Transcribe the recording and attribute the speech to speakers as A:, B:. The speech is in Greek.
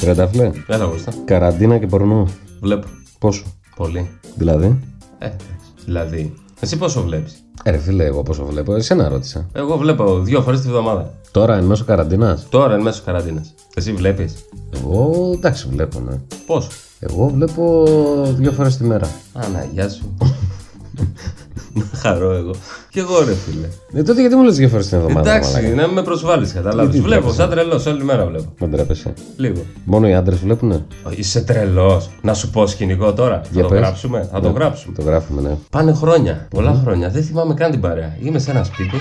A: Τρενταφλέ.
B: Έλα, ορίστε.
A: Καραντίνα και πορνό.
B: Βλέπω.
A: Πόσο.
B: Πολύ.
A: Δηλαδή.
B: Ε, εντάξει. δηλαδή. Εσύ πόσο βλέπεις.
A: Ε, ρε φίλε, εγώ πόσο βλέπω. Εσένα ρώτησα.
B: Εγώ βλέπω δύο φορές τη βδομάδα.
A: Τώρα εν μέσω καραντίνας.
B: Τώρα εν μέσω καραντίνας. Εσύ βλέπεις.
A: Εγώ εντάξει βλέπω, ναι.
B: Πόσο.
A: Εγώ βλέπω δύο φορές τη μέρα.
B: Άνα, γεια σου. Να χαρώ εγώ. Κι εγώ ρε φίλε.
A: Ε, τότε γιατί μου λες δύο φορές την εβδομάδα.
B: Εντάξει,
A: μαλάκα?
B: να με προσβάλλεις, κατάλαβες.
A: Γιατί
B: Βλέπω,
A: βλέπεις, ε?
B: σαν τρελός, όλη μέρα βλέπω.
A: Δεν τρέπεσαι.
B: Λίγο.
A: Μόνο οι άντρες βλέπουνε.
B: Ω, Είσαι τρελός. Να σου πω σκηνικό τώρα. Θα
A: Για
B: το
A: πες.
B: γράψουμε. Θα το γράψουμε.
A: Το γράφουμε, ναι.
B: Πάνε χρόνια, πολλά χρόνια. Δεν θυμάμαι καν την παρέα. Είμαι σε ένα σπίτι.